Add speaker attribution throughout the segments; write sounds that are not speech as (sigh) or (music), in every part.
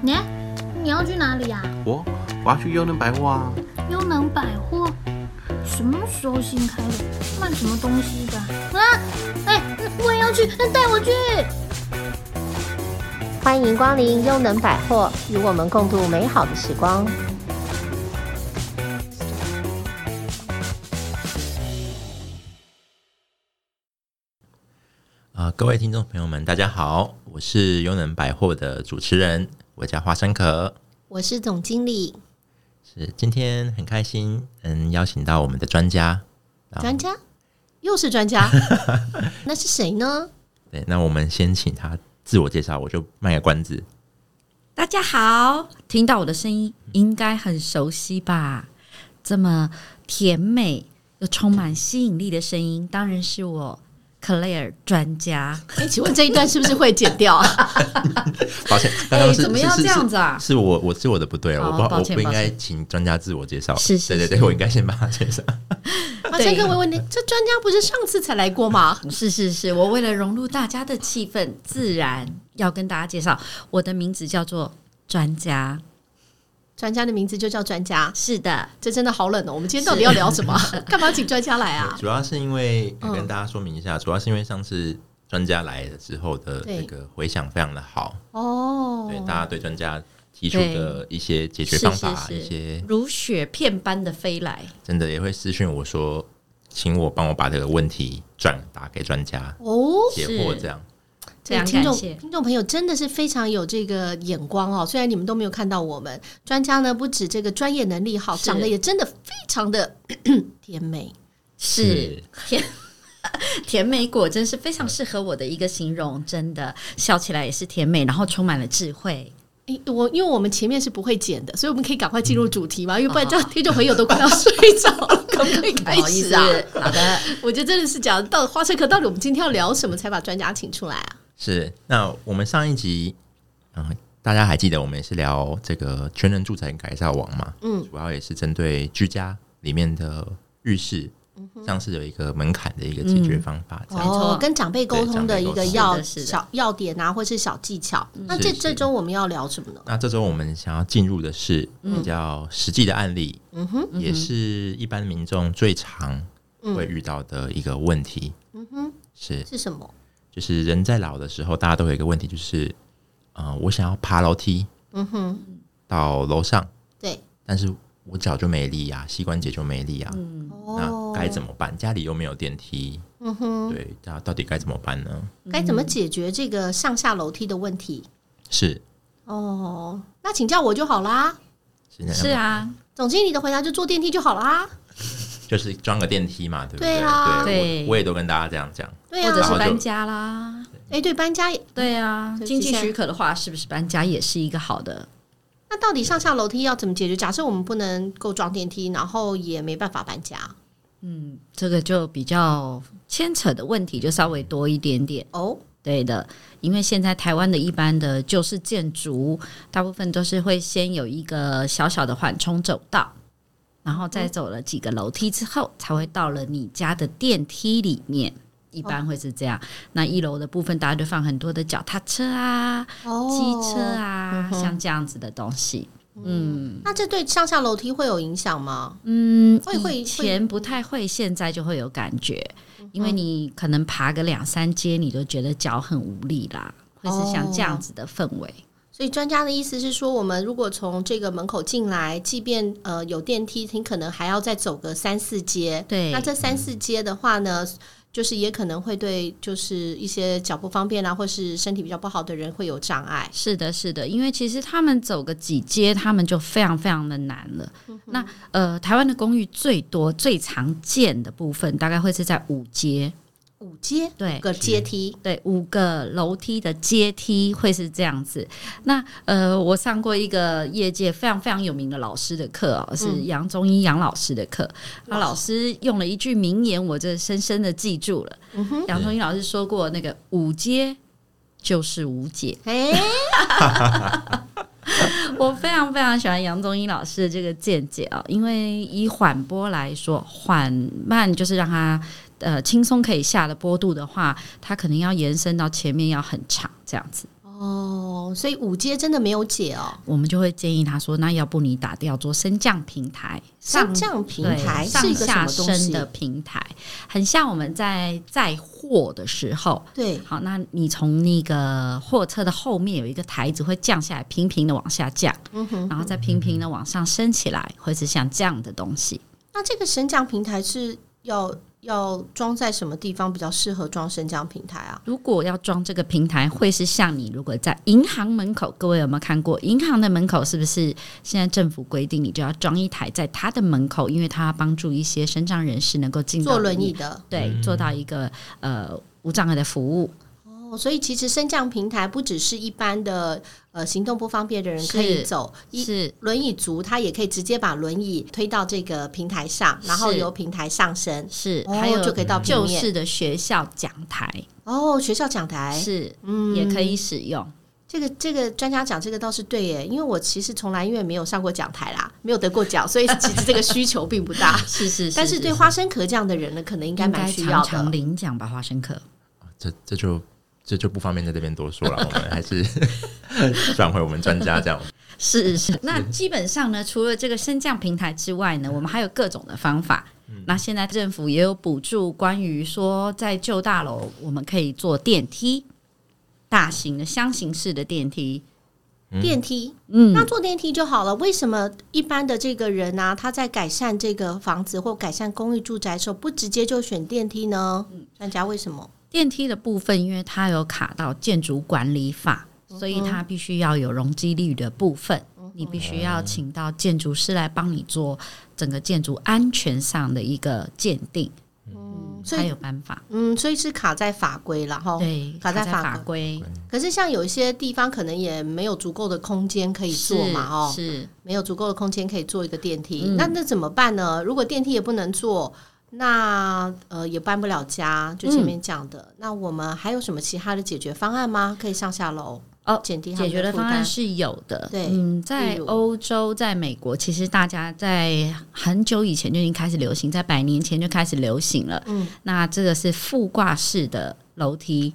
Speaker 1: 你你要去哪里呀、
Speaker 2: 我我要去优能百货啊！
Speaker 1: 优能百货什么时候新开的？卖什么东西的？啊，哎、我也要去，带我去。
Speaker 3: 欢迎光临优能百货，与我们共度美好的时光。
Speaker 4: 啊、各位听众朋友们，大家好，我是优能百货的主持人，我叫花生壳，
Speaker 3: 我是总经理
Speaker 4: 是今天很开心，嗯，邀请到我们的专家，好
Speaker 3: 专家，又是专家， (laughs) 那是谁呢？
Speaker 4: 对，那我们先请他自我介绍，我就卖个关子，
Speaker 5: 大家好，听到我的声音应该很熟悉吧？这么甜美又充满吸引力的声音，当然是我克莱尔专家。
Speaker 3: 哎，请问这一段是不是会剪
Speaker 4: (laughs)
Speaker 3: 掉啊？
Speaker 4: 抱歉，刚
Speaker 5: (laughs) 哎、
Speaker 4: 刚是、
Speaker 5: 怎么要
Speaker 4: 是是
Speaker 5: 这样子啊？
Speaker 4: 是我我是我的不对，啊
Speaker 5: 哦
Speaker 4: 我不
Speaker 5: 抱
Speaker 4: 我
Speaker 5: 歉
Speaker 4: 不应
Speaker 5: 抱
Speaker 4: 该
Speaker 5: 歉
Speaker 4: 请专家自我介绍，
Speaker 5: 是是
Speaker 4: 对对对，我应该先帮他介
Speaker 5: (laughs)
Speaker 4: 绍。
Speaker 3: 马先跟我问你，这专家不是上次才来过吗？
Speaker 5: 是是是，我为了融入大家的气氛，自然要跟大家介绍我的名字叫做专家。
Speaker 3: 专家的名字就叫专家，
Speaker 5: 是的，
Speaker 3: 这真的好冷哦。我们今天到底要聊什么
Speaker 4: (laughs)
Speaker 3: 啊？干嘛请专家来啊？
Speaker 4: 主要是因为
Speaker 3: 嗯
Speaker 4: 跟大家说明一下，主要是因为上次专家来了之后的
Speaker 3: 对
Speaker 4: 这个回响非常的好，
Speaker 3: 哦
Speaker 4: 对，大家对专家提出的一些解决
Speaker 5: 是
Speaker 4: 方法，
Speaker 5: 是
Speaker 4: 一些
Speaker 5: 是，如雪片般的飞来。
Speaker 4: 真的也会私讯我说，请我帮我把这个问题转达给专家
Speaker 3: 哦，
Speaker 4: 解惑，这样
Speaker 3: 这
Speaker 5: 非
Speaker 3: 个
Speaker 5: 常
Speaker 3: 听众
Speaker 5: 感谢
Speaker 3: 听众朋友真的是非常有这个眼光哦。虽然你们都没有看到我们专家呢，不止这个专业能力好，
Speaker 5: 是
Speaker 3: 长得也真的非常的 (coughs) 咳咳甜美。
Speaker 5: 是甜甜美果真是非常适合我的一个形容，真的笑起来也是甜美，然后充满了智慧。
Speaker 3: 诶我因为我们前面是不会剪的，所以我们可以赶快进入主题嘛，因为不然
Speaker 5: 哦
Speaker 3: 这样听众朋友都快要睡着了，可嗯啊不可以开
Speaker 5: 不好意
Speaker 3: 始
Speaker 5: 思，
Speaker 3: 啊？
Speaker 5: 好的，
Speaker 3: 我觉得真的是讲到花生壳，到底我们今天要聊什么才把专家请出来啊？
Speaker 4: 是。那我们上一集，嗯，大家还记得我们也是聊这个全人住宅改造网嘛？
Speaker 3: 嗯，
Speaker 4: 主要也是针对居家里面的浴室，
Speaker 5: 嗯
Speaker 4: 像是有一个门槛的一个解决方法，这样。
Speaker 5: 错
Speaker 3: 哦，跟长辈沟通的一个
Speaker 4: 对
Speaker 3: 要
Speaker 5: 长辈沟通是的是的
Speaker 3: 小要点啊，或是小技巧。那这
Speaker 4: 是是
Speaker 3: 这周我们要聊什么呢？
Speaker 4: 那这周我们想要进入的是比较实际的案例，
Speaker 3: 嗯哼，
Speaker 4: 也是一般民众最常会遇到的一个问题。
Speaker 3: 嗯哼，
Speaker 4: 是，
Speaker 3: 是什么？
Speaker 4: 就是人在老的时候，大家都有一个问题，就是，呃，我想要爬楼梯
Speaker 3: 嗯哼，
Speaker 4: 到楼上，
Speaker 3: 对，
Speaker 4: 但是我脚就没力啊，膝关节就没力啊，
Speaker 5: 嗯
Speaker 4: 那
Speaker 3: 哦，
Speaker 4: 该怎么办？家里又没有电梯，
Speaker 3: 嗯哼，
Speaker 4: 对，那到底该怎么办呢？
Speaker 3: 该怎么
Speaker 5: 嗯
Speaker 3: 解决这个上下楼梯的问题？
Speaker 4: 是
Speaker 3: 哦，那请教我就好啦。
Speaker 4: 是那样
Speaker 5: (laughs) 是啊，
Speaker 3: 总经理的回答就坐电梯就好啦。
Speaker 4: 就是装个电梯嘛，对不
Speaker 3: 对啊
Speaker 4: 我
Speaker 5: 对
Speaker 4: 我也都跟大家这样讲，
Speaker 3: 对
Speaker 5: 或
Speaker 3: 呀、
Speaker 5: 者
Speaker 3: 啊，
Speaker 5: 是搬家啦，
Speaker 3: 哎，对，搬家也
Speaker 5: 对啊，
Speaker 3: 对
Speaker 5: 经济
Speaker 3: 现在
Speaker 5: 许可的话，是不是搬家也是一个好的？
Speaker 3: 那到底上下楼梯要怎么解决？假设我们不能够装电梯，然后也没办法搬家
Speaker 5: 嗯，这个就比较牵扯的问题就稍微多一点点。
Speaker 3: 哦。
Speaker 5: 对的，因为现在台湾的一般的旧式建筑，大部分都是会先有一个小小的缓冲走道，然后
Speaker 3: 嗯
Speaker 5: 再走了几个楼梯之后，才会到了你家的电梯里面。一般会是这样。那一楼的部分，大家就放很多的脚踏车啊、
Speaker 3: 哦
Speaker 5: 机车。啊
Speaker 3: 嗯，哼
Speaker 5: 像这样子的东西。嗯
Speaker 3: 那这对上下楼梯会有影响吗？
Speaker 5: 嗯，
Speaker 3: 会会嗯
Speaker 5: 以前不太会，现在就会有感觉，因为你可能爬个两三阶，你都觉得脚很无力啦，会是像这样子的氛围。
Speaker 3: 所以专家的意思是说，我们如果从这个门口进来，即便呃有电梯，你可能还要再走个三四阶。
Speaker 5: 对
Speaker 3: 那这三四阶的话呢，就是也可能会对就是一些脚不方便啊，或是身体比较不好的人会有障碍。
Speaker 5: 是的，是的，因为其实他们走个几阶，他们就非常非常的难了。
Speaker 3: 嗯
Speaker 5: 那呃，台湾的公寓最多最常见的部分，大概会是在五阶，
Speaker 3: 五阶，
Speaker 5: 对
Speaker 3: 五个阶梯。
Speaker 5: 对，五个楼梯的阶梯会是这样子。那呃，我上过一个业界非常非常有名的老师的课哦，是杨宗一杨老师的课。那、老师用了一句名言，我这深深的记住了。杨宗一老师说过，那个五阶就是无解。
Speaker 3: 哎、
Speaker 5: 我非常非常喜欢杨宗一老师的这个见解啊、因为以缓波来说，缓慢就是让它呃轻松可以下的坡度的话，它可能要延伸到前面要很长这样子。
Speaker 3: 哦，所以五阶真的没有解哦，
Speaker 5: 我们就会建议他说，那要不你打掉做升降平台，
Speaker 3: 升
Speaker 5: 上
Speaker 3: 降平
Speaker 5: 对
Speaker 3: 台是
Speaker 5: 上
Speaker 3: 一个什
Speaker 5: 下
Speaker 3: 么东
Speaker 5: 升
Speaker 3: 西
Speaker 5: 的？平台，很像我们在载货的时候。
Speaker 3: 对，
Speaker 5: 好，那你从那个货车的后面有一个台子会降下来，平平的往下降，
Speaker 3: 嗯哼。
Speaker 5: 然后再平平的往上升起来，会是像这样的东西。
Speaker 3: 那这个升降平台是要要装在什么地方比较适合装升降平台啊？
Speaker 5: 如果要装这个平台，会是像你如果在银行门口，各位有没有看过？银行的门口是不是现在政府规定你就要装一台在它的门口，因为它要帮助一些身障人士能够进到
Speaker 3: 坐轮
Speaker 5: 里
Speaker 3: 椅
Speaker 5: 面，
Speaker 3: 的
Speaker 5: 对，做到一个呃无障碍的服务。
Speaker 3: 哦，所以其实升降平台不只是一般的呃行动不方便的人可以
Speaker 5: 是
Speaker 3: 走，一
Speaker 5: 是
Speaker 3: 轮椅族他也可以直接把轮椅推到这个平台上，然后
Speaker 5: 是
Speaker 3: 由平台上升，
Speaker 5: 是，
Speaker 3: 哦
Speaker 5: 还有
Speaker 3: 就可以到平
Speaker 5: 旧
Speaker 3: 面
Speaker 5: 式的学校讲台
Speaker 3: 哦，学校讲台
Speaker 5: 是
Speaker 3: 嗯
Speaker 5: 也可以使用。
Speaker 3: 这个这个专家讲这个倒是对耶，因为我其实从来因为没有上过讲台啦，没有得过奖，所以其实这个需求并不大。
Speaker 5: (laughs) 是是
Speaker 3: 但是对花生壳这样的人呢，可能应该蛮需要
Speaker 5: 常常
Speaker 3: 的。
Speaker 5: 领奖吧，花生壳。
Speaker 4: 这这就这就不方便在这边多说了，我们还是 (laughs) 转回我们专家这样。
Speaker 5: 是是，那基本上呢，除了这个升降平台之外
Speaker 3: 嗯
Speaker 5: 呢，我们还有各种的方法。那现在政府也有补助，关于说在旧大楼我们可以坐电梯，大型的箱型式的电梯。
Speaker 3: 电梯，
Speaker 5: 嗯
Speaker 3: 那，坐电梯就好了。为什么一般的这个人啊，他在改善这个房子或改善公寓住宅的时候，不直接就选电梯呢？
Speaker 5: 嗯
Speaker 3: 专家为什么？
Speaker 5: 电梯的部分，因为它有卡到建筑管理法，
Speaker 3: 嗯
Speaker 5: 所以它必须要有容积率的部分，你必须要请到建筑师来帮你做整个建筑安全上的一个鉴定，
Speaker 3: 嗯，所
Speaker 5: 才
Speaker 3: 以
Speaker 5: 有办法。
Speaker 3: 嗯，所以是卡在法规了哈。
Speaker 5: 对，
Speaker 3: 卡在法
Speaker 5: 法规
Speaker 3: 可是像有一些地方可能也没有足够的空间可以
Speaker 5: 是
Speaker 3: 做嘛，哦，
Speaker 5: 是
Speaker 3: 没有足够的空间可以做一个电梯，
Speaker 5: 嗯
Speaker 3: 那那怎么办呢？如果电梯也不能做，那呃也搬不了家，就前
Speaker 5: 嗯
Speaker 3: 面讲的。那我们还有什么其他的解决方案吗？可以上下楼
Speaker 5: 哦
Speaker 3: 减低他
Speaker 5: 解
Speaker 3: 们
Speaker 5: 决的
Speaker 3: 负
Speaker 5: 方案
Speaker 3: 担。
Speaker 5: 是有的，
Speaker 3: 对
Speaker 5: 嗯，在
Speaker 3: 例如
Speaker 5: 欧洲、在美国，其实大家在很久以前就已经开始流行，在百年前就开始流行了。
Speaker 3: 嗯，
Speaker 5: 那这个是覆挂式的楼梯、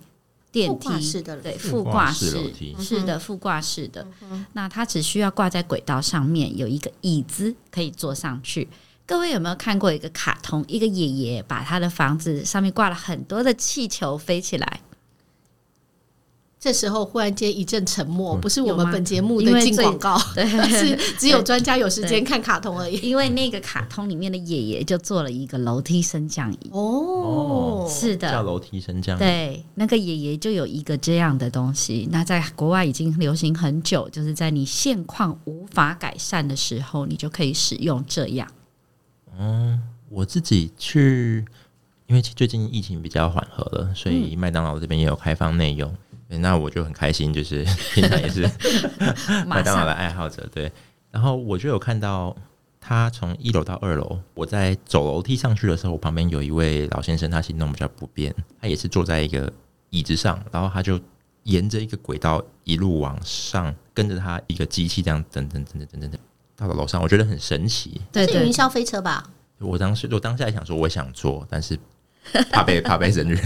Speaker 5: 电
Speaker 3: 复挂
Speaker 5: 梯，
Speaker 3: 式的嗯人
Speaker 5: 对，
Speaker 4: 覆
Speaker 5: 覆
Speaker 4: 挂
Speaker 5: 挂
Speaker 4: 式
Speaker 5: 式
Speaker 4: 楼梯
Speaker 5: 是的，覆挂式的。
Speaker 3: 嗯
Speaker 5: 那它只需要挂在轨道上面，有一个椅子可以坐上去。各位有没有看过一个卡通？一个爷爷把他的房子上面挂了很多的气球飞起来，
Speaker 3: 这时候忽然间一阵沉默，
Speaker 4: 嗯
Speaker 3: 不是我们
Speaker 5: 有吗
Speaker 3: 本节目
Speaker 5: 因
Speaker 3: 的
Speaker 5: 为
Speaker 3: 进
Speaker 5: 最
Speaker 3: 广告，
Speaker 5: (laughs) 对，
Speaker 3: 是只有专家有时间看卡通而已。
Speaker 5: 因为那个卡通里面的爷爷就做了一个楼梯升降椅，
Speaker 3: 哦，
Speaker 5: 是
Speaker 4: 叫
Speaker 5: 的，
Speaker 4: 楼梯升降，
Speaker 5: 对，那个爷爷就有一个这样的东西。那在国外已经流行很久，就是在你现况无法改善的时候，你就可以使用这样。
Speaker 4: 我自己去，因为最近疫情比较缓和了，所以麦当劳这边也有开放内用。对那我就很开心，就是 (laughs) 平常也是麦
Speaker 5: 马
Speaker 4: 当劳
Speaker 5: 上
Speaker 4: 的爱好者，对。然后我就有看到他从一楼到二楼，我在走楼梯上去的时候，我旁边有一位老先生，他行动比较不便，他也是坐在一个椅子上，然后他就沿着一个轨道一路往上，跟着他一个机器这样等等等等等等等到了楼上，我觉得很神奇。
Speaker 5: 对
Speaker 3: 是
Speaker 5: 对
Speaker 3: 云，霄飞车吧？
Speaker 4: 我当时我当下也想说我想做，但是怕被怕被人 (laughs) 人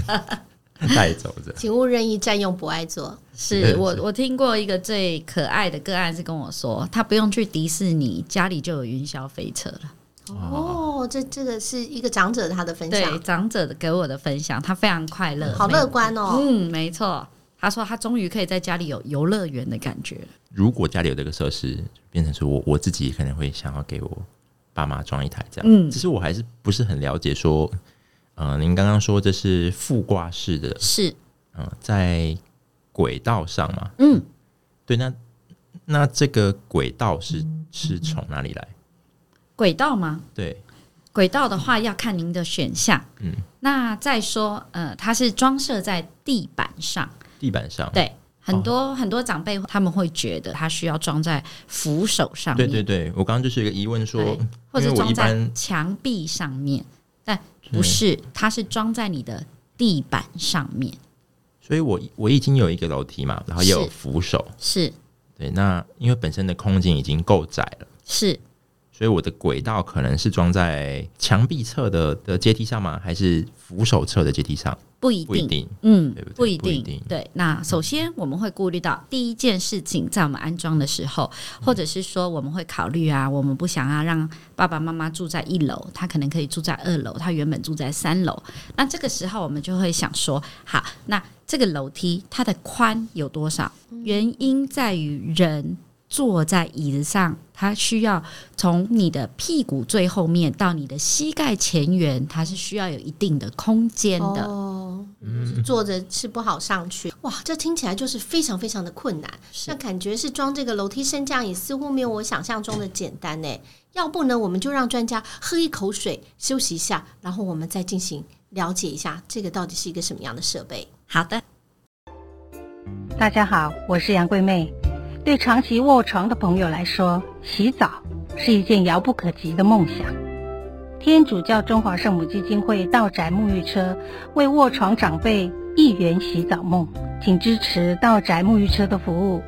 Speaker 4: 带走着。
Speaker 3: 请勿任意占用不爱坐。
Speaker 5: 是我我听过一个最可爱的个案是跟我说，他不用去迪士尼，家里就有云霄飞车了。
Speaker 3: 哦，这这个是一个长者他的分
Speaker 5: 对，
Speaker 3: 享，
Speaker 5: 长者的给我的分享，他非常快乐，
Speaker 3: 好
Speaker 5: 没有
Speaker 3: 乐观哦。
Speaker 5: 嗯，没错。他说他终于可以在家里有游乐园的感觉了。
Speaker 4: 如果家里有这个设施，就变成说我我自己可能会想要给我爸妈装一台这样。
Speaker 5: 嗯
Speaker 4: 只是我还是不是很了解说，呃，您刚刚说这是覆挂式的，
Speaker 5: 是，
Speaker 4: 嗯、在轨道上嘛？
Speaker 5: 嗯，
Speaker 4: 对，那那这个轨道是是从哪里来？
Speaker 5: 轨道吗？
Speaker 4: 对，
Speaker 5: 轨道的话要看您的选项。
Speaker 4: 嗯，
Speaker 5: 那再说，呃，它是装设在地板上，
Speaker 4: 地板上。
Speaker 5: 对，很多、
Speaker 4: 哦
Speaker 5: 很多长辈他们会觉得它需要装在扶手上
Speaker 4: 对对
Speaker 5: 面，
Speaker 4: 对，我刚刚就是一个疑问说，
Speaker 5: 对
Speaker 4: 嗯
Speaker 5: 或者
Speaker 4: 因为我
Speaker 5: 装
Speaker 4: 一
Speaker 5: 在
Speaker 4: 般
Speaker 5: 墙壁上面，但不是，它是装在你的地板上面，
Speaker 4: 所以我我已经有一个楼梯嘛，然后也有
Speaker 5: 是
Speaker 4: 扶手，
Speaker 5: 是
Speaker 4: 对，那因为本身的空间已经够窄了，
Speaker 5: 是，
Speaker 4: 所以我的轨道可能是装在墙壁侧的的阶梯上吗？还是扶手侧的阶梯上？
Speaker 5: 不一
Speaker 4: 不一
Speaker 5: 定，
Speaker 4: 定。
Speaker 5: 嗯
Speaker 4: 对不对，
Speaker 5: 不一
Speaker 4: 不一
Speaker 5: 定
Speaker 4: 定。
Speaker 5: 对，那首先我们会顾虑到第一件事情，在我们安装的时候，
Speaker 4: 嗯
Speaker 5: 或者是说我们会考虑啊，我们不想要让爸爸妈妈住在一楼，他可能可以住在二楼，他原本住在三楼。那这个时候我们就会想说，好，那这个楼梯它的宽有多少？
Speaker 4: 嗯
Speaker 5: 原因在于人。坐在椅子上，他需要从你的屁股最后面到你的膝盖前缘，它是需要有一定的空间的。
Speaker 3: 哦，就是坐着是不好上去。哇，这听起来就是非常非常的困难。那感觉是装这个楼梯升降椅，似乎没有我想象中的简单呢。要不呢，我们就让专家喝一口水，休息一下，然后我们再进行了解一下，这个到底是一个什么样的设备。
Speaker 5: 好的，
Speaker 6: 大家好，我是杨桂妹。对长期卧床的朋友来说，洗澡是一件遥不可及的梦想。天主教中华圣母基金会道宅沐浴车为卧床长辈一元洗澡梦，请支持道宅沐浴车的服务。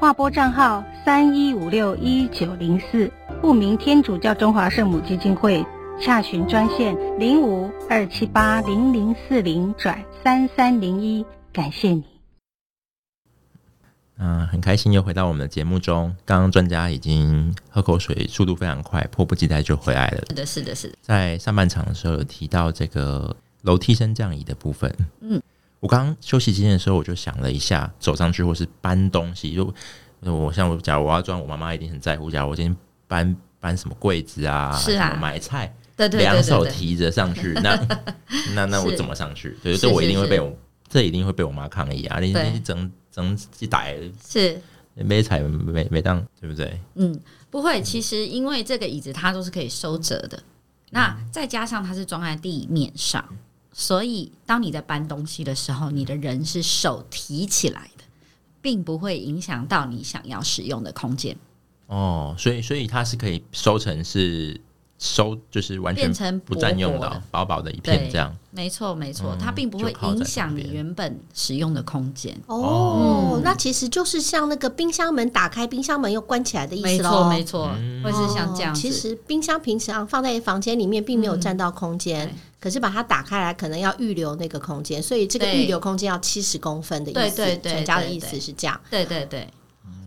Speaker 6: 划拨账号三一五六一九零四，不明天主教中华圣母基金会洽询专线零五二七八零零四零转三三零一，感谢你。
Speaker 4: 嗯，很开心又回到我们的节目中。刚刚专家已经喝口水，速度非常快，迫不及待就回来了。
Speaker 5: 是的，是的，是的，
Speaker 4: 在上半场的时候有提到这个楼梯升降椅的部分。
Speaker 5: 嗯，
Speaker 4: 我刚刚休息期间的时候，我就想了一下，走上去或是搬东西，就我像我假如我要装，我妈妈一定很在乎。假如我今天搬搬什么柜子啊，
Speaker 5: 是啊
Speaker 4: 什么买菜，
Speaker 5: 对对对
Speaker 4: 两
Speaker 5: 对
Speaker 4: 手
Speaker 5: 对。
Speaker 4: 提着上
Speaker 5: (laughs)
Speaker 4: 去，那那那我
Speaker 5: 是
Speaker 4: 怎么上去？对，
Speaker 5: 是
Speaker 4: 这我一
Speaker 5: 是
Speaker 4: 定会
Speaker 5: 是
Speaker 4: 被我这一定会被我妈抗议啊！你
Speaker 5: 对
Speaker 4: 你整整一袋
Speaker 5: 是，
Speaker 4: 没踩没没当，对不对？
Speaker 5: 嗯，不会。其实因为这个椅子它都是可以收折的，那再加上它是装在地面上，所以当你在搬东西的时候，你的人是手提起来的，并不会影响到你想要使用的空间，
Speaker 4: 哦，所以所以它是可以收成是收，就是完全
Speaker 5: 变成
Speaker 4: 不占用
Speaker 5: 薄薄
Speaker 4: 的
Speaker 5: 的。
Speaker 4: 薄薄的一片
Speaker 5: 对
Speaker 4: 这样。
Speaker 5: 没错，没错，
Speaker 4: 嗯
Speaker 5: 它并不会
Speaker 4: 就靠在
Speaker 5: 影响
Speaker 4: 旁
Speaker 5: 你
Speaker 4: 边
Speaker 5: 原本使用的空间。
Speaker 3: 哦，
Speaker 5: 嗯
Speaker 3: 那其实就是像那个冰箱门打开，冰箱门又关起来的意
Speaker 5: 没
Speaker 3: 思
Speaker 5: 错，
Speaker 3: 喽。
Speaker 5: 没错，
Speaker 4: 嗯
Speaker 5: 会是像这样
Speaker 3: 哦
Speaker 5: 子。
Speaker 3: 其实冰箱平常放在房间里面，并没有占到空间，
Speaker 5: 对
Speaker 3: 可是把它打开来，可能要预留那个空间，所以这个
Speaker 5: 对
Speaker 3: 预留空间要七十公分的意思。
Speaker 5: 对对对
Speaker 3: 专家的
Speaker 5: 对
Speaker 3: 意
Speaker 5: 对
Speaker 3: 思是这样，
Speaker 5: 对对对，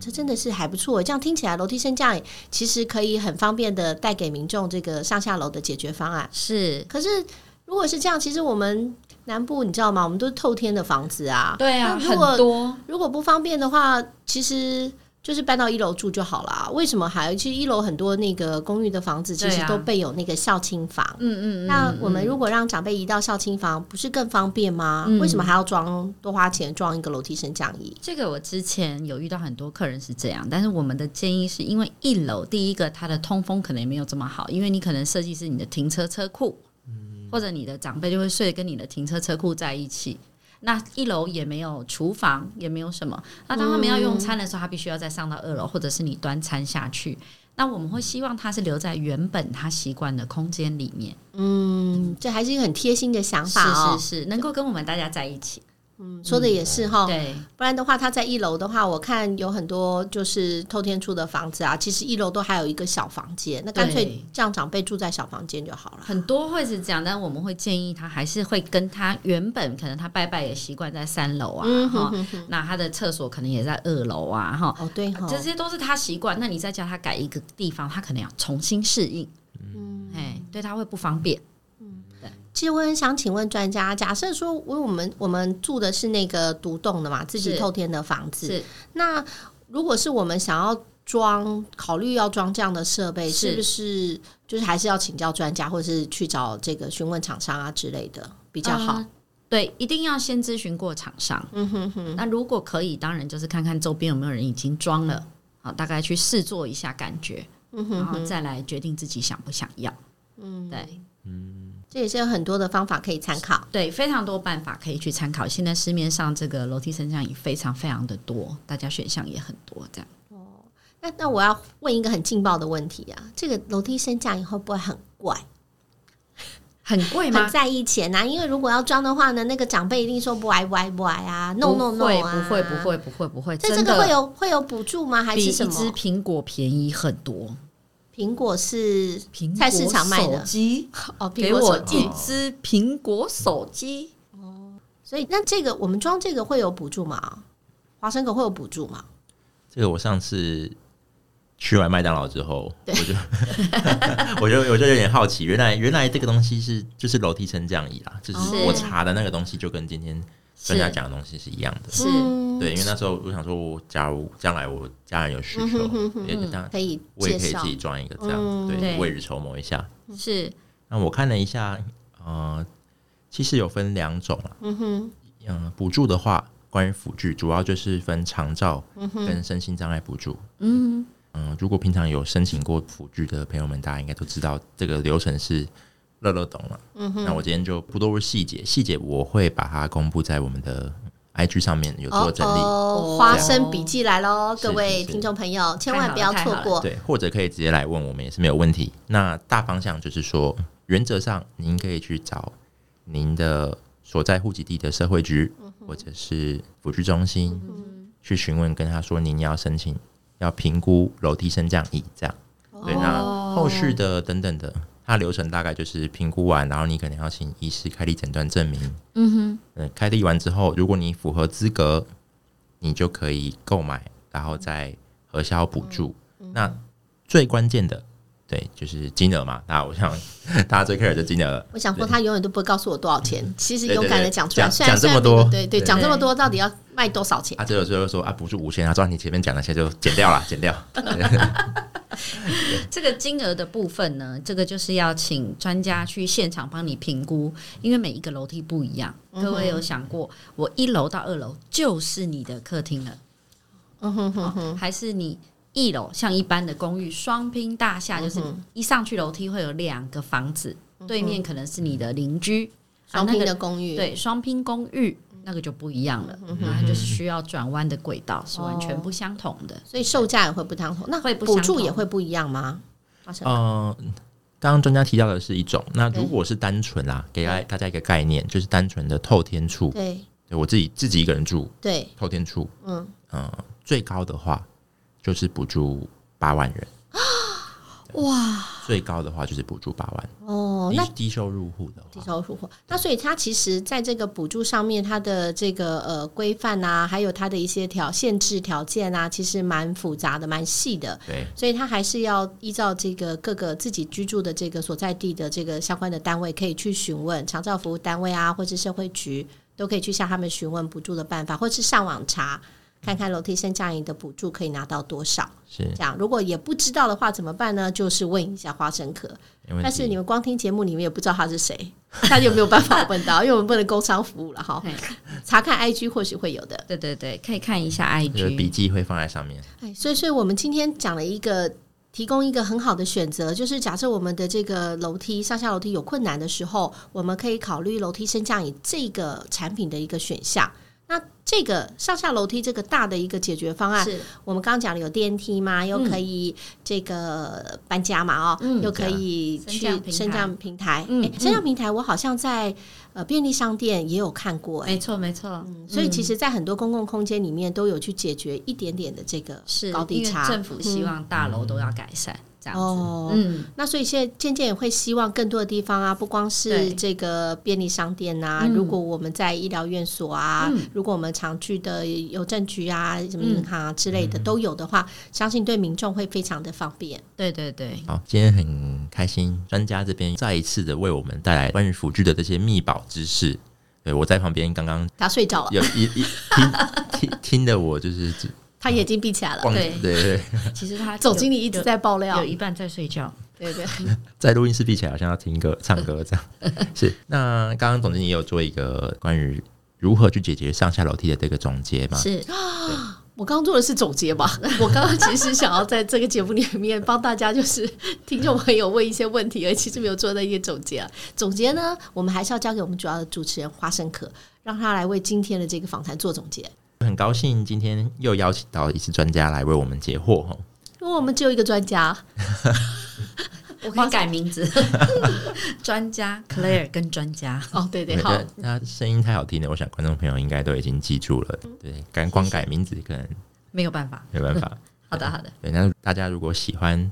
Speaker 3: 这真的是还不错。这样听起来，楼梯升降椅其实可以很方便的带给民众这个上下楼的解决方案。
Speaker 5: 是，
Speaker 3: 可是如果是这样，其实我们南部你知道吗？我们都是透天的房子啊，
Speaker 5: 对啊，
Speaker 3: 那如
Speaker 5: 很
Speaker 3: 果
Speaker 5: 多。
Speaker 3: 如果不方便的话，其实就是搬到一楼住就好啦。为什么还？其实一楼很多那个公寓的房子，其
Speaker 5: 对
Speaker 3: 实
Speaker 5: 啊
Speaker 3: 都备有那个校庆房。
Speaker 5: 嗯嗯嗯，
Speaker 3: 那
Speaker 5: 嗯
Speaker 3: 我们如果让长辈移到校庆房，不是更方便吗？
Speaker 5: 嗯
Speaker 3: 为什么还要装多花钱装一个楼梯升降椅？
Speaker 5: 这个我之前有遇到很多客人是这样，但是我们的建议是因为一楼第一个它的通风可能也没有这么好，因为你可能设计是你的停车车库，或者你的长辈就会睡跟你的停车车库在一起。那一楼也没有厨房，也没有什么。那当他们要用餐的时候，他必须要再上到二楼，或者是你端餐下去。那我们会希望他是留在原本他习惯的空间里面，
Speaker 3: 嗯，这还是一个很贴心的想
Speaker 5: 是
Speaker 3: 法哦。
Speaker 5: 是是，能够跟我们大家在一起。
Speaker 3: 嗯说的也是哈、
Speaker 5: 对，
Speaker 3: 不然的话，他在一楼的话，我看有很多就是透天出的房子啊，其实一楼都还有一个小房间，那干脆
Speaker 5: 对
Speaker 3: 让长辈住在小房间就好了。
Speaker 5: 很多会是这样，但我们会建议他还是会跟他原本可能他拜拜也习惯在三楼啊，
Speaker 3: 嗯
Speaker 5: 哈、
Speaker 3: 哼哼哼，
Speaker 5: 那他的厕所可能也在二楼啊，哈、
Speaker 3: 哦对哈、
Speaker 5: 这些都是他习惯。那你再叫他改一个地方，他可能要重新适应，嗯，哎，对他会不方便。
Speaker 3: 其实我很想请问专家，假设说，因为我们我们住的是那个独栋的嘛，自己
Speaker 5: 是
Speaker 3: 透天的房子，
Speaker 5: 是
Speaker 3: 那如果是我们想要装，考虑要装这样的设备，
Speaker 5: 是
Speaker 3: 是不是就是还是要请教专家，或者是去找这个询问厂商啊之类的比
Speaker 5: 比
Speaker 3: 较好？
Speaker 5: 对，一定要先咨询过厂商。
Speaker 3: 嗯哼哼，
Speaker 5: 那如果可以，当然就是看看周边有没有人已经装了，好，大概去试做一下感觉，
Speaker 3: 嗯哼
Speaker 5: 然后
Speaker 3: 哼，
Speaker 5: 再来决定自己想不想要。
Speaker 3: 嗯，
Speaker 5: 对，
Speaker 4: 嗯
Speaker 3: 这也是有很多的方法可以参考。
Speaker 5: 对，非常多办法可以去参考。现在市面上这个楼梯升降椅非常非常的多，大家选项也很多，这样
Speaker 3: 那那我要问一个很劲爆的问题啊，这个楼梯升降以后会不会很怪？
Speaker 5: 很贵
Speaker 3: 很
Speaker 5: 吗？
Speaker 3: 在意钱呐、啊因为如果要装的话呢，那个长辈一定说不爱不爱不爱啊，no no
Speaker 5: 不
Speaker 3: no
Speaker 5: 会
Speaker 3: 啊，
Speaker 5: 不会不。会不会不会，
Speaker 3: 这
Speaker 5: 真
Speaker 3: 这
Speaker 5: 的
Speaker 3: 个会有会有补助吗？还
Speaker 5: 比
Speaker 3: 是
Speaker 5: 一
Speaker 3: 什
Speaker 5: 只
Speaker 3: 么？
Speaker 5: 苹果便宜很多，
Speaker 3: 苹果是
Speaker 5: 苹果
Speaker 3: 菜市场卖的
Speaker 5: 手机，
Speaker 3: 哦，苹
Speaker 5: 给
Speaker 3: 果
Speaker 5: 我
Speaker 3: 手机
Speaker 5: 一只苹果手机。
Speaker 3: 所以那这个我们装这个会有补助吗？华生阁会有补助吗？
Speaker 4: 这个我上次去完麦当劳之后，我就我就 (laughs) 我就有点好奇，原来原来这个东西是就是楼梯升降椅啦，就是
Speaker 3: 是
Speaker 4: 我查的那个东西就跟今天专家讲的东西是一样的。
Speaker 5: 是
Speaker 3: 嗯
Speaker 4: 对，因为那时候我想说，我假如将来我家人有需
Speaker 3: 嗯
Speaker 4: 求，
Speaker 3: 哼哼哼
Speaker 4: 也当
Speaker 3: 可以
Speaker 4: 我也
Speaker 3: 介
Speaker 4: 可以
Speaker 3: 绍
Speaker 4: 自己装一个这样，
Speaker 3: 嗯
Speaker 4: 对，
Speaker 5: 对
Speaker 4: 为日筹谋一下。
Speaker 5: 是
Speaker 4: 那我看了一下，呃，其实有分两种啦。
Speaker 3: 嗯哼，
Speaker 4: 嗯、补助的话，关于辅具主要就是分长照
Speaker 3: 嗯
Speaker 4: 跟身心障碍补助。
Speaker 5: 嗯，
Speaker 4: 嗯，如果平常有申请过辅具的朋友们，大家应该都知道这个流程是乐乐懂了。嗯哼，那我今天就不多入细节，细节我会把它公布在我们的 IG 上面有做整理。
Speaker 3: 哦，
Speaker 5: 哦
Speaker 3: 花生笔记来喽，
Speaker 4: 是
Speaker 3: 各位
Speaker 4: 是是
Speaker 3: 听众朋友，千万不要
Speaker 5: 太
Speaker 3: 错
Speaker 5: 好了
Speaker 3: 过。
Speaker 4: 对，或者可以直接来问我们也是没有问题。那大方向就是说，原则上您可以去找您的所在户籍地的社会局、或者是辅具中心、去询问，跟他说您要申请，要评估楼梯升降椅这样。
Speaker 3: 哦
Speaker 4: 对，那后续的等等的，它流程大概就是评估完，然后你可能要请医师开立诊断证明。嗯哼，嗯，开立完之后，如果你符合资格，你就可以购买，然后再核销补助。那最关键的，对，就是金额嘛。那我想 (laughs) 大家最 care 的金额了。
Speaker 3: 我想说，他永远都不会告诉我多少钱。其实勇敢的讲出来，
Speaker 4: 对对对
Speaker 3: 虽然
Speaker 4: 讲这么
Speaker 3: 虽然
Speaker 4: 多
Speaker 3: 对对，
Speaker 4: 对
Speaker 3: 讲这么多，到底要卖多少钱？
Speaker 4: 啊，这有时候说啊，补助无限啊，照你前面讲那些就减掉了，减掉。
Speaker 5: 这个金额的部分呢，这个就是要请专家去现场帮你评估，因为每一个楼梯不一样。各位有想
Speaker 3: 嗯
Speaker 5: 过，我一楼到二楼就是你的客厅了，
Speaker 3: 嗯哼哼哼，
Speaker 5: 还是你一楼像一般的公寓双拼大厦，
Speaker 3: 嗯
Speaker 5: 就是一上去楼梯会有两个房子，对面可能是你的邻居，啊
Speaker 3: 双
Speaker 5: 那
Speaker 3: 拼
Speaker 5: 个
Speaker 3: 的公寓，嗯
Speaker 5: 对，双拼公寓那个就不一样了，那它就是需要转弯的轨道是完全不相同的。
Speaker 3: 所以售价也会不相同，那
Speaker 5: 会不相
Speaker 3: 补
Speaker 5: 同
Speaker 3: 助也会不一样吗？花生
Speaker 4: 呃，刚刚专家提到的是一种，那如果是单纯啦，给大大家一个概念，就是单纯的透天处，
Speaker 3: 对
Speaker 4: 对我自己自己一个人住
Speaker 3: 对，
Speaker 4: 透天处，
Speaker 3: 嗯
Speaker 4: 呃，最高的话就是补助八万元，
Speaker 3: (gasps) 哇
Speaker 4: 最高的话就是补助八万。
Speaker 3: 哦，
Speaker 4: 低
Speaker 3: 那
Speaker 4: 低收入户的
Speaker 3: 低
Speaker 4: 话，
Speaker 3: 收入户，那所以它其实在这个补助上面，它的这个呃规范啊，还有它的一些条限制条件啊，其实蛮复杂的，蛮细的。
Speaker 4: 对，
Speaker 3: 所以他还是要依照这个各个自己居住的这个所在地的这个相关的单位，可以去询问长照服务单位啊，或者社会局，都可以去向他们询问补助的办法，或是上网查。看看楼梯升降椅的补助可以拿到多少？
Speaker 4: 是
Speaker 3: 这样，如果也不知道的话怎么办呢？就是问一下花生壳。
Speaker 4: 没问
Speaker 3: 但是你
Speaker 4: 题。
Speaker 3: 们光听节目，你们也不知道他是谁，他就没有办法问到，因为我们不能工商服务了哈。
Speaker 5: 嘿
Speaker 3: 查看 IG 或许会有的。
Speaker 5: 对对对，可以看一下
Speaker 4: 这个
Speaker 5: IG
Speaker 4: 笔记会放在上面，
Speaker 3: 哎，所以，所以我们今天讲了一个提供一个很好的选择，就是假设我们的这个楼梯上下楼梯有困难的时候，我们可以考虑楼梯升降椅这个产品的一个选项。那这个上下楼梯这个大的一个解决方案，
Speaker 5: 是
Speaker 3: 我们刚刚讲了有电梯嘛，又可以这个搬家嘛，哦，
Speaker 5: 嗯
Speaker 3: 又可以
Speaker 5: 对啊
Speaker 3: 去
Speaker 5: 升降平
Speaker 3: 升降平台。
Speaker 5: 台嗯
Speaker 3: 哎升降平台我好像在呃便利商店也有看过，哎
Speaker 5: 没，错没错，
Speaker 3: 所以其
Speaker 5: 实
Speaker 3: 实，在很多公共空间里面都有去解决一点点的这个
Speaker 5: 是
Speaker 3: 高低
Speaker 5: 因为
Speaker 3: 差。
Speaker 5: 政府希望大楼都要改善这样子。
Speaker 3: 哦，
Speaker 5: 嗯，
Speaker 3: 那所以现在渐渐也会希望更多的地方啊，不光是
Speaker 5: 对
Speaker 3: 这个便利商店呐、
Speaker 5: 嗯
Speaker 3: 如果我们在医疗院所啊，
Speaker 5: 嗯
Speaker 3: 如果我们常去的邮政局啊、什么银行啊之类的、
Speaker 4: 嗯
Speaker 3: 都有的话，相信对民众会非常的方便。
Speaker 5: 对对对，
Speaker 4: 好，今天很开心，专家这边再一次的为我们带来关于辅具的这些密宝知识。对我在旁边刚刚
Speaker 3: 他睡着了，
Speaker 4: 有一一听听听的我就是
Speaker 3: 他眼睛闭起来了。
Speaker 4: 光
Speaker 5: 对
Speaker 4: 对对，
Speaker 5: 其
Speaker 3: (laughs)
Speaker 5: 实他
Speaker 3: 总经理一直在爆
Speaker 5: 有
Speaker 3: 料
Speaker 5: 有，一半在睡觉，
Speaker 3: 对对，
Speaker 4: 在录音室闭起来，好像要听歌、唱歌
Speaker 3: (laughs)
Speaker 4: 这样。是，那刚刚总经理也有做一个关于如何去解决上下楼梯的这个总结嘛？
Speaker 5: 是
Speaker 3: 我刚刚做的是总结吧， (laughs) 我刚刚其实想要在这个节目里面帮大家，就是听众朋友问一些问题，而其实没有做那些总结、啊。总结呢，我们还是要交给我们主要的主持人花生壳，让他来为今天的这个访谈做总结。
Speaker 4: 很高兴今天又邀请到一次专家来为我们解惑哈。
Speaker 3: 因为我们只有一个专家，
Speaker 5: 我可以改名字， (laughs) 专家 Claire 跟专家，
Speaker 3: (laughs) 哦，对对，好，
Speaker 4: 那声音太好听了，我想观众朋友应该都已经记
Speaker 3: (laughs)
Speaker 4: 住了。对，敢光改名字可能
Speaker 5: 没有办法。
Speaker 3: (laughs)
Speaker 4: 没办法。
Speaker 5: 好的好的，
Speaker 4: 对，那大家如果喜欢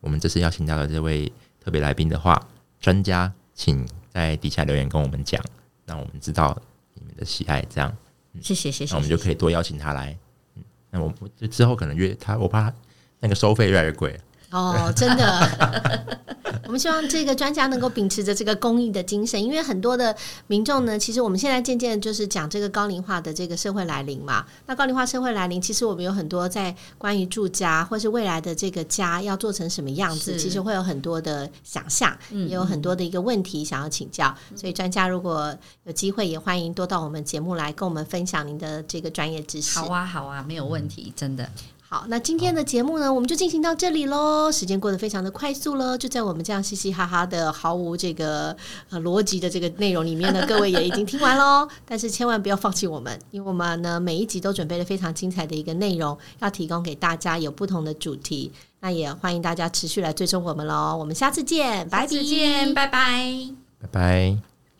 Speaker 4: 我们这次邀请到的这位特别来宾的话，专家，请在底下留言跟我们讲，让我们知道你们的喜爱，这样。
Speaker 5: 谢谢谢谢，
Speaker 4: 嗯那我们就可以多邀请他来。嗯，那我我就之后可能约他，我怕他那个收费越来越贵。
Speaker 3: 哦，真的， (laughs) 我们希望这个专家能够秉持着这个公益的精神，因为很多的民众呢，其实我们现在渐渐地就是讲这个高龄化的这个社会来临嘛。那高龄化社会来临，其实我们有很多在关于住家或是未来的这个家要做成什么样子，
Speaker 5: 是
Speaker 3: 其实会有很多的想象，
Speaker 5: 嗯
Speaker 3: 也有很多的一个问题想要请教。所以专家如果有机会，也欢迎多到我们节目来跟我们分享您的这个专业知识。
Speaker 5: 好啊好啊，没有问
Speaker 4: 嗯
Speaker 5: 题，真的。
Speaker 3: 好，那今天的节目呢，我们就进行到这里喽。时间过得非常的快速喽，就在我们这样嘻嘻哈哈的、毫无这个呃逻辑的这个内容里面 (laughs) 呢，各位也已经听完喽。但是千万不要放弃我们，因为我们呢每一集都准备了非常精彩的一个内容，要提供给大家有不同的主题。那也欢迎大家持续来追踪我们喽。我们下次见，拜拜，
Speaker 5: 下次见，拜拜。
Speaker 4: 拜拜。